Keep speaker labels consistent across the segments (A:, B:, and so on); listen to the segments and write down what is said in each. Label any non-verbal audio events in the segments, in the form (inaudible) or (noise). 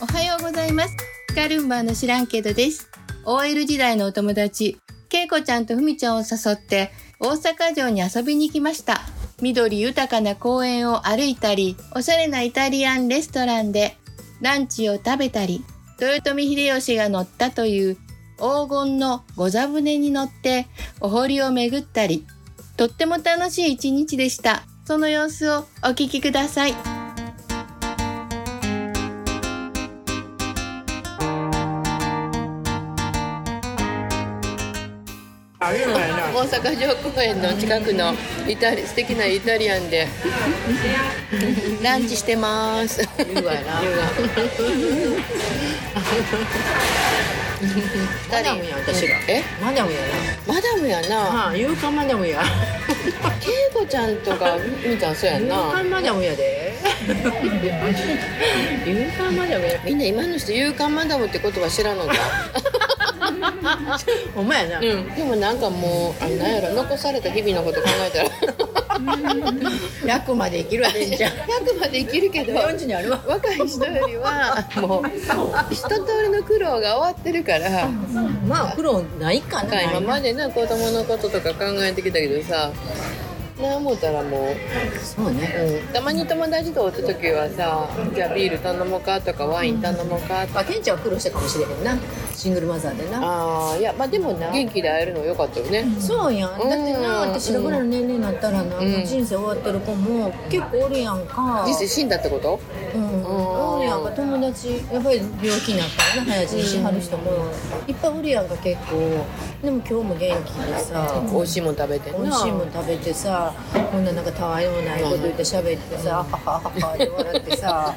A: おはようございます。カルンバーの知らんけどです。OL 時代のお友達、けいこちゃんとふみちゃんを誘って、大阪城に遊びに行きました。緑豊かな公園を歩いたり、おしゃれなイタリアンレストランでランチを食べたり、豊臣秀吉が乗ったという黄金の御座船に乗ってお堀を巡ったり、とっても楽しい一日でした。その様子をお聞きください。
B: ありえないな。
C: 大阪城公園の近くのイタリ素敵なイタリアンでランチしてます。優雅やな。
B: マダムや私が
C: え、
B: マダムや
C: マダムや
B: な。
C: な。
B: はあ、勇敢マダムや。
C: 恵子ちゃんとかみたんそうやん
B: 勇
C: な。
B: 敢マダムやで。勇敢マダムや。
C: みんな今の人勇敢マダムって言葉知らんのか。
B: お前やな。
C: うん。でもなんかもうあなんやろ残された日々のこと考え (laughs) たら
B: 楽まで生きるわけじゃん。
C: 100まで生きるけど。
B: 40にあるわ。
C: 若い人より
B: (laughs)
C: はもう一通りの苦労が終わってるから
B: まあ苦労ないかな。
C: 今までな子供のこととか考えてきたけどさなあ思うたらも
B: そう
C: う、
B: ね。
C: うん、たまに友達とおった時はさじゃあビール頼もうかとかワイン頼もうかとか、
B: まあケンちゃんは苦労したかもしれへんな。シングルマザーでな。
C: ああいやまあでもな元気で会えるのよかったよね、
B: そうやんだってな
C: うん
B: 私らぐらいの年齢になったらな、
C: うん
B: 人生終わってる子も結構おるやんか
C: 実際死んだってこと
B: うん、おるやんか友達やっぱり病気になったらな早死にしはる人もいっぱいおるやんか結構でも今日も元気でさ
C: 美味しいもん食べてんな
B: 美味しいもん食べてさこんななんかたわいもないこと言って喋ってさ「はははは」って笑ってさ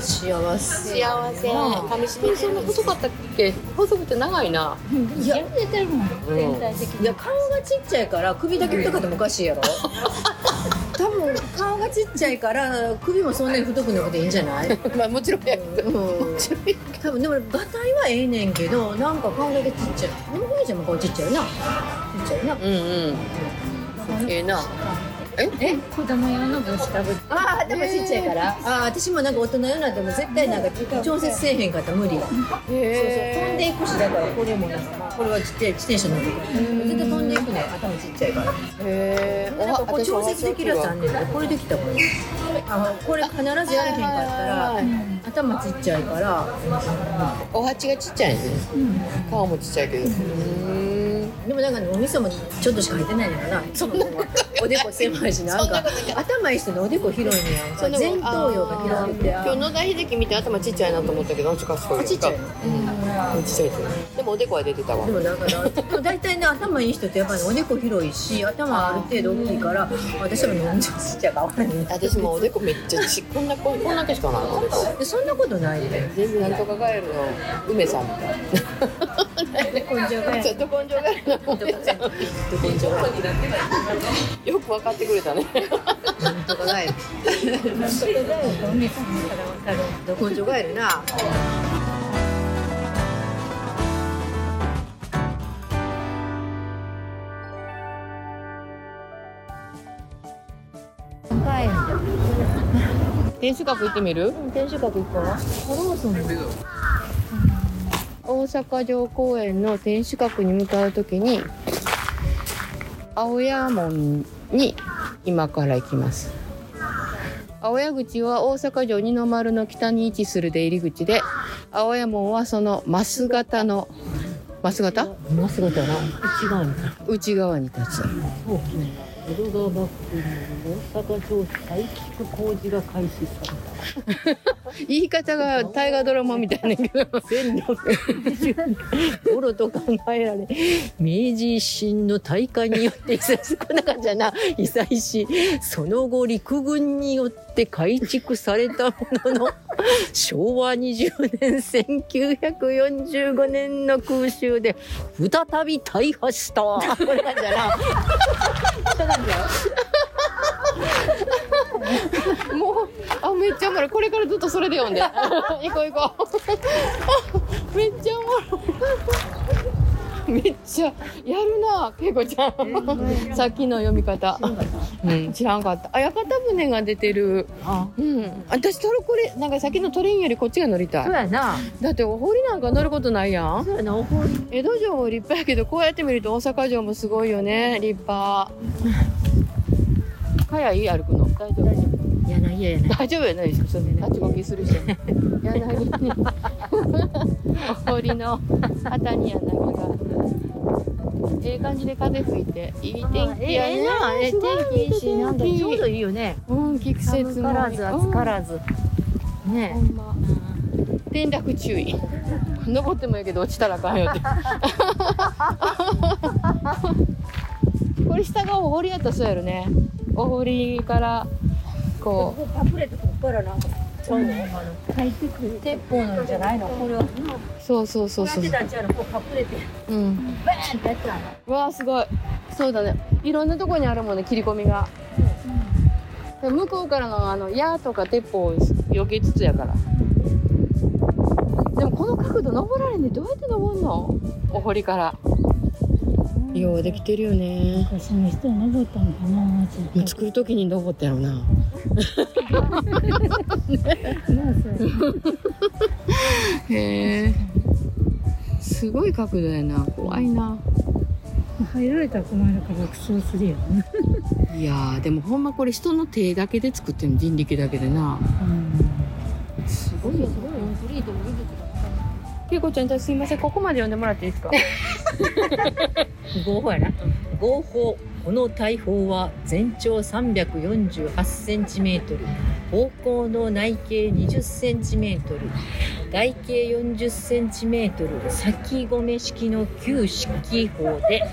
B: 幸せ
C: 幸せ
B: な
C: 上白石そんな細かったっけ細くて長いな、
B: いや
D: 出てるもん全体的
B: いや顔がちっちゃいから首だけ太くてもおかしいやろ多分顔がちっちゃいから首もそんなに太くなくていいんじゃない、うん、
C: (laughs) まあもちろんやけど
B: (laughs) 多分でもガタイはええねんけどなんか顔だけちっちゃいでもふみちゃんも顔ちっちゃいよなちっちゃいよな
C: うんうんええな
D: に子供用の帽子かぶって
B: ああ頭ちっちゃいから、ああ私もなんか大人よなっても絶対なんか調節せえへんかったら無理やそうそう飛んでいくしだからこれもなんかまあこれはちっちゃい自転車乗るから絶対飛んでいくね頭ちっちゃいから
C: へえ
B: なんかこう調節できるやつあんねんけどこれできたもんあこれ必ずやれへんかったら頭ちっちゃいから
C: お鉢がちっちゃいね、顔もちっちゃいけどうん
B: でもなんかねお味噌もちょっとしか入ってないのかなそのおでこ狭いしなんか頭いい人のおでこ広いねやんか前頭葉が広くて
C: 今日野田秀樹見て頭ちっちゃいなと思ったけどあちかすごい
B: あちっちゃいの
C: うんちっちゃいでもおでこは出てたわ
B: でもだからでも大体ね頭いい人ってやっぱりおでこ広いし頭ある程度大きいから私も飲んじゃうちっちゃいから合わない
C: 私もおでこめっちゃち (laughs) こんなここんだけしかないの
B: でそんなことないで
C: 全部なんとかガエルの梅さんみたい
B: 根性が
C: なちょっと根性ガエルの梅さん根性よく分かってくれたね
B: なんとかがえるど根性がえるな
D: 高いんだよ
C: 天守閣行ってみる
D: 天守閣行こう
C: 大阪城公園の天守閣に向かうときに青山門に今から行きます青谷口は大阪城二の丸の北に位置する出入り口で青山門はそのマス型のマス型
B: 今すぐだな違うの
C: 内側に立つ
E: 江戸川幕府に大阪城再築工事が開始され
C: 言い方が大河ドラマみたいなんやけ
A: (laughs)
C: ど
E: た頃と考えられ明治維新の大火によって被災しこんな感じやな被災しその後陸軍によって改築されたものの昭和20年1945年の空襲で再び大破した。
C: もうあめっちゃおもろいこれからずっとそれで読んで行こう行こうめっちゃおもろい
A: めっちゃやるな恵子ちゃんさっきの読み方うん知らんかったあ屋形船が出てるうん私トルコレなんかさっきのトレインよりこっちが乗りたい
B: そうやな
A: だってお堀なんか乗ることないやん
B: そうやなおほり
A: 江戸城も立派やけどこうやって見ると大阪城もすごいよね立 (laughs) 派かやいい歩くの大丈夫
B: いやないややな
A: 大丈夫やないですかそんな立ちこきするし柳にお堀の旗に柳がええ感じで風吹いていい天気やねええ天気いいしなんだ
B: ちょうどいいよね
A: うん季節も
B: 寒からず暑からず
A: うん
B: ね
A: ほんま転落注意登ってもいいけど落ちたらあかん (laughs) よってこれ下がお堀やったらそうやろねお堀からこう
F: パプレとここからなんかちょうど入ってくる
C: 鉄砲なんじゃないのこれは
A: そうそうそうそう
C: やってたんちゃうのこう隠れて
A: うん
F: バーンってやったの
A: わあすごいそうだねいろんなとこにあるもんね切り込みが、で向こうからのあの矢とか鉄砲を避けつつやからでもこの角度登られんでどうやって登んのお堀からようできてるよね
F: 昔の人は登ったのかなマジで
A: 作る時に登ったやろ
F: (laughs)
A: な
F: なあそれ
A: へえすごい角度やな怖いな
F: 入られたら困るから苦笑するよね
A: いやーでもほんまこれ人の手だけで作ってんの人力だけでなすごいよすごいよフリーとも技術がけいこちゃんじゃあすいませんここまで呼んでもらっていいですか
B: 合法やな合法この大砲は全長348センチメートル方向の内径20センチメートル外径40センチメートル先米式の旧式砲で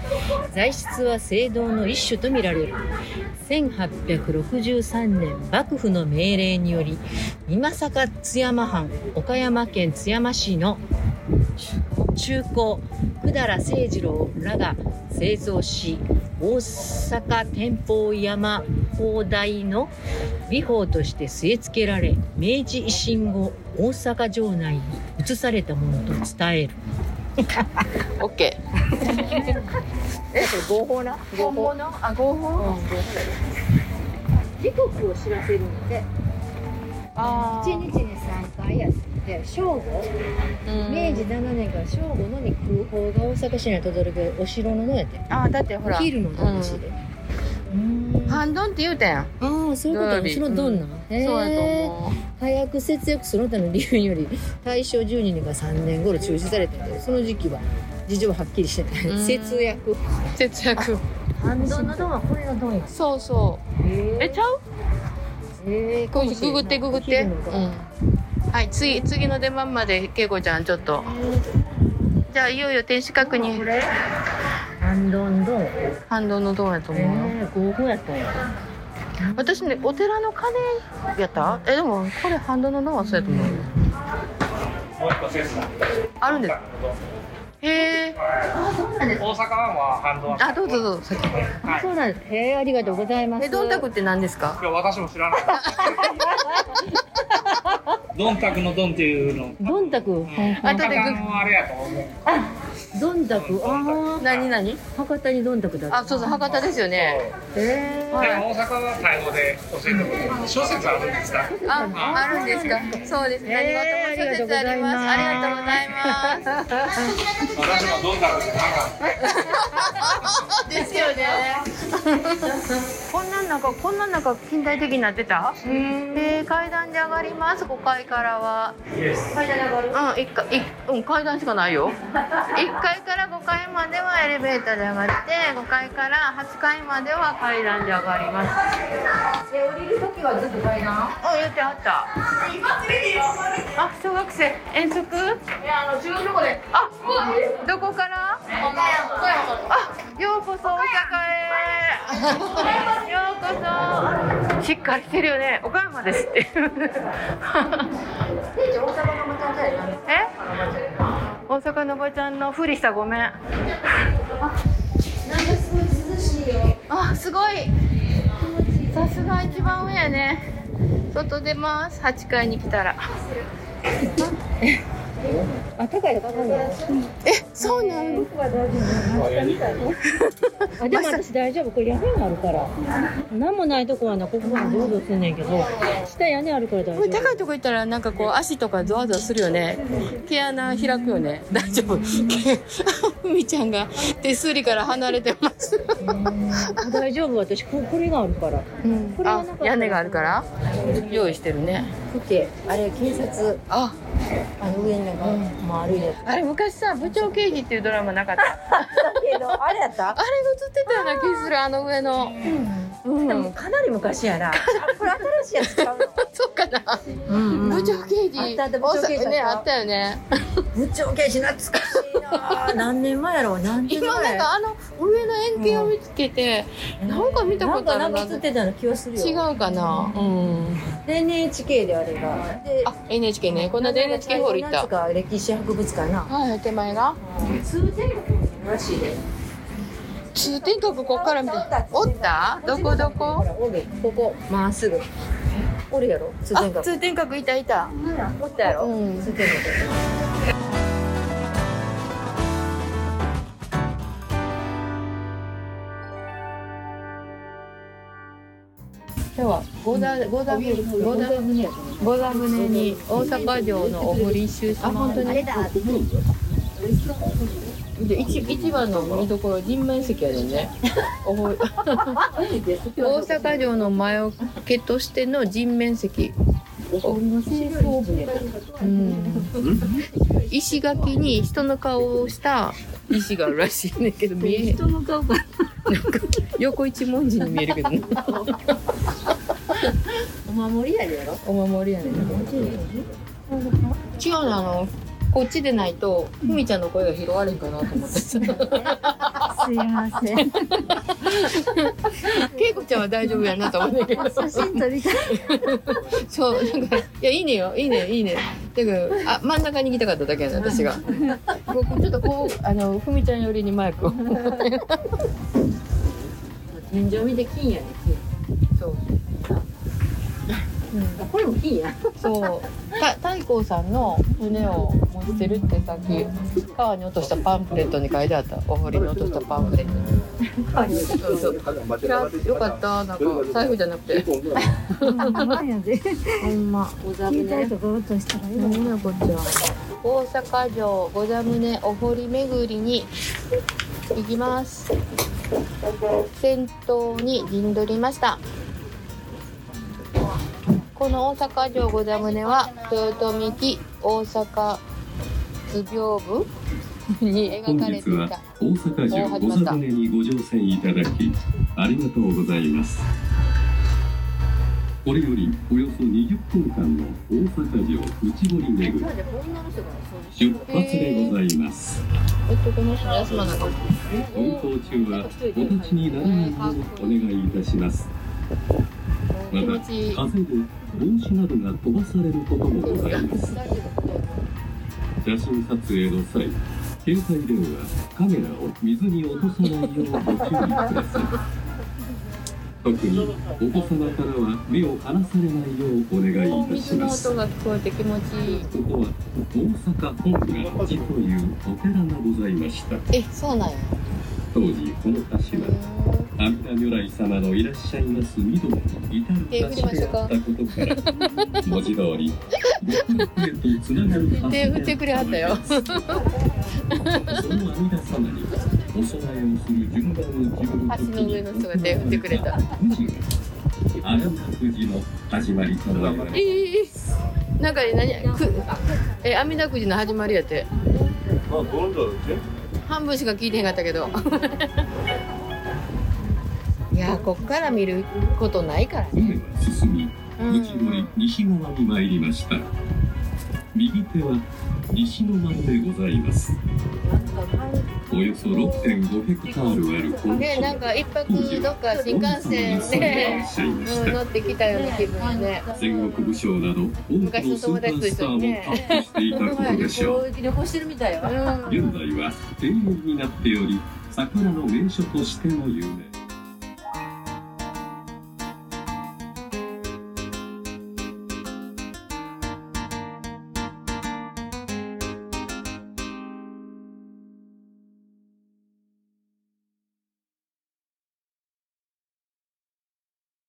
B: 材質は青銅の一種とみられる1863年幕府の命令により今坂津山藩岡山県津山市の中古百済清次郎らが製造し大阪天保山砲台の美宝として据え付けられ明治維新後大阪城内に移されたものと伝える
A: オッケー。え、それ合法な。合法の。あ、合法。
F: 時刻を知らせるので
A: あ
F: 1日に3回やって正午
C: 明治7年から正午のに空砲が大阪市内に轟くお城ののやって
A: あ、だってほら
C: お。昼の6時でうんあ
A: ハンドンって言うたやん。
C: あそういう
A: 土
C: こと
A: 曜日
C: ねそのどんなそう
A: そうやと思
C: 早く節約するための理由より大正12年から3年頃中止されたんでその時期は事情ははっきりしてな
A: う
C: い
A: ん
C: 節約
A: う。節約。
B: 半ドンのドンはこれのドンや
A: そうそう。え、ちゃう。
C: ええ
A: こうググってググって。うんはい、次、次の出番まで、けいこちゃん、ちょっと。じゃあ、いよいよ天守閣に。
B: 半ドンドンえ
A: 反動のどうやと
B: え
A: 思うよ。
B: 合法やったんや
A: 私ね、お寺の鐘。やった。え、でも、これ反動のどうはそうやと思うよ。あるんです。へえ。
G: 大阪はまあ反動
A: あ、どうぞどうぞ、先に。
B: そうなんですへえありがとうございま
A: え、どんたくって何ですか。
G: いや私も知 (laughs) らないドンタクのドンっていうの
B: どんたく
G: あとであれやと思う
B: どんたくあ
A: 何何。
B: あ博多にどんたくだ
A: あ、そうそう、博多ですよね。
B: え
G: でも大阪はタイ語で教えてもらって小説あるんですか
A: あ、あるんですか。そうです。何
B: えー
A: 事も諸説あります。ありがとうございます。
G: 私もドンタクなんか
A: ですよね。こんなん中、こんなん中、近代的になってた。えー、階段で上がります。5階からは。階段上がる。うん、一階、い、うん、階段しか (laughs) ないよ。1階から5階まではエレベーターで上がって、5階から8階までは階段で上がります。え、降りるときはずっと階段。あ、言ってあった。あ、小学生、遠足。いや、あの、中学校で。あ、どこから。あ、ようこそ大阪へ。ようこそ。しっかりしてるよね。岡山ですって。え。大阪のおばちゃんのふりしたごめん。なんかすごい涼しいよ。あ、すごい。さすが一番上やね。外出ます。8階に来たら。
C: あ高い高い
A: え、
C: そうなん
D: 僕は大丈夫真下みたいなあでも私大丈夫これ屋根があるから何もないとこはなここがどうぞすんねんけど下屋根あるから大
C: これ
D: 丈夫
C: 高いとこ行ったらなんかこう足とかゾワゾワするよね毛穴開くよね大丈夫ふみちゃんが手すりから離れてます、
D: あ大丈夫私ここれがあるからこれが
C: あ
D: なかったら
C: 屋根があるから用意してるね
B: 見てあれ警察
C: あ
B: あの上になんか、もう歩いて
C: あれ昔さ「部長刑事」っていうドラマなかった
B: だけどあれやった
C: あれが映ってたような気するあの上のうん、
B: でもかなり昔やなあこれ新しいやつちゃうの
C: そうかな、部長刑事
B: あったあった部長刑事あった
C: ねあったよね
B: 部長刑事懐かしいな
C: (laughs)
B: あ何年前やろう何年前
C: 今なんかあの上の円形を見つけて、なんか見たことあ
B: な
C: るなん
B: かなんか映ってたような気がするよ
C: 違うかなうん
B: で NHK であれがで
C: あ NHK ねこの間 NHK ホール行っ
B: なん
C: た
B: か歴史博物館な
C: はい手前が
B: らしいで
C: 通天閣こっから見ておったどこどこ
B: おるここまっすぐおるやろ通天
C: あ
B: 閣
C: 通天閣いたいた
B: おったやろ、
C: うん
B: 通天閣
C: 今日はゴダゴダゴダゴダ船に大阪城のお堀一周します。あ本当に。で一一番の見どころ人面石やでね。お堀大阪城の前置けとしての人面石。うん、石垣に人の顔をした石があるらしいねん
D: (laughs)
C: けど見えへん人の顔か横一文字に見えるけどね
B: お守りやでやろ
C: お守りやねん違うのあのこっちでないとふみちゃんの声が拾われんかなと思ってさ
D: すいません
C: けいこちゃんは大丈夫やなと思ってんけど
D: 写真撮りたい
C: そうなんかいやいいねよいいねいいねだからあ真ん中に行きたかっただけやね私が僕ちょっとこうあのふみちゃん寄りにマイクを
B: 天井見て金やね金
C: そう
B: あこれも金や
C: そうた太閤さんの船を持ってるってさっき川に落としたパンフレットに書いてあったお堀に落としたパンフレットそうそういやよかったなんか財布じゃなくてほんま
D: 聞いたいところとしたらいい
C: ほんまやこっちは大阪城五座宗お堀巡りに行きます先頭に陣取りましたこの大阪城五座宗は豊臣紀大阪図屏風に描かれていた
H: 大阪城御座船にご乗船いただきありがとうございますこれよりおよそ20分間の大阪城内堀巡り出発でございます
C: 男の人休まなかっ
H: 運行中はお立ちにならないようお願いいたします
C: た気
H: ま
C: 持
H: た
C: ちいい
H: 風で帽子などが飛ばされることもございます写真撮影の際携帯電話カメラを水に落とさないようご注意ください特にお子様からは目を離されないようお願いいたし
C: 水の
H: ます
C: 音
H: こ
C: が聞こえて気持ちいい
H: こは大阪本願寺というお寺がございました
C: えそうなんや
H: 当時この橋は阿弥陀如来様のいらっしゃいます緑に至る橋であったことから文字通りへとつながる橋
C: 手振ってくれはった (laughs) よ
H: その阿弥陀様にお供えをする順番を決める時に
C: 橋の上の人が手振ってくれた
H: 富士が阿弥陀富士の始まりとも言われ
C: ええなんか何くえ阿弥陀くじの始まりやって半分しか聞いてへんかったけどいやーこっから見ることないからね
H: 船は進み
C: うん
H: 内堀西側に参りました右手は西の丸でございますおよそ6.5ヘクタールあるこの
C: ねなんか一泊どっか新幹線で、うん、乗ってきたような気分やね
H: 戦国武将など多くのスーパースターもタップしていたことでしょう
B: 旅行してるみたいよ
C: うん
H: 現在は庭園になっており桜の名所としても有名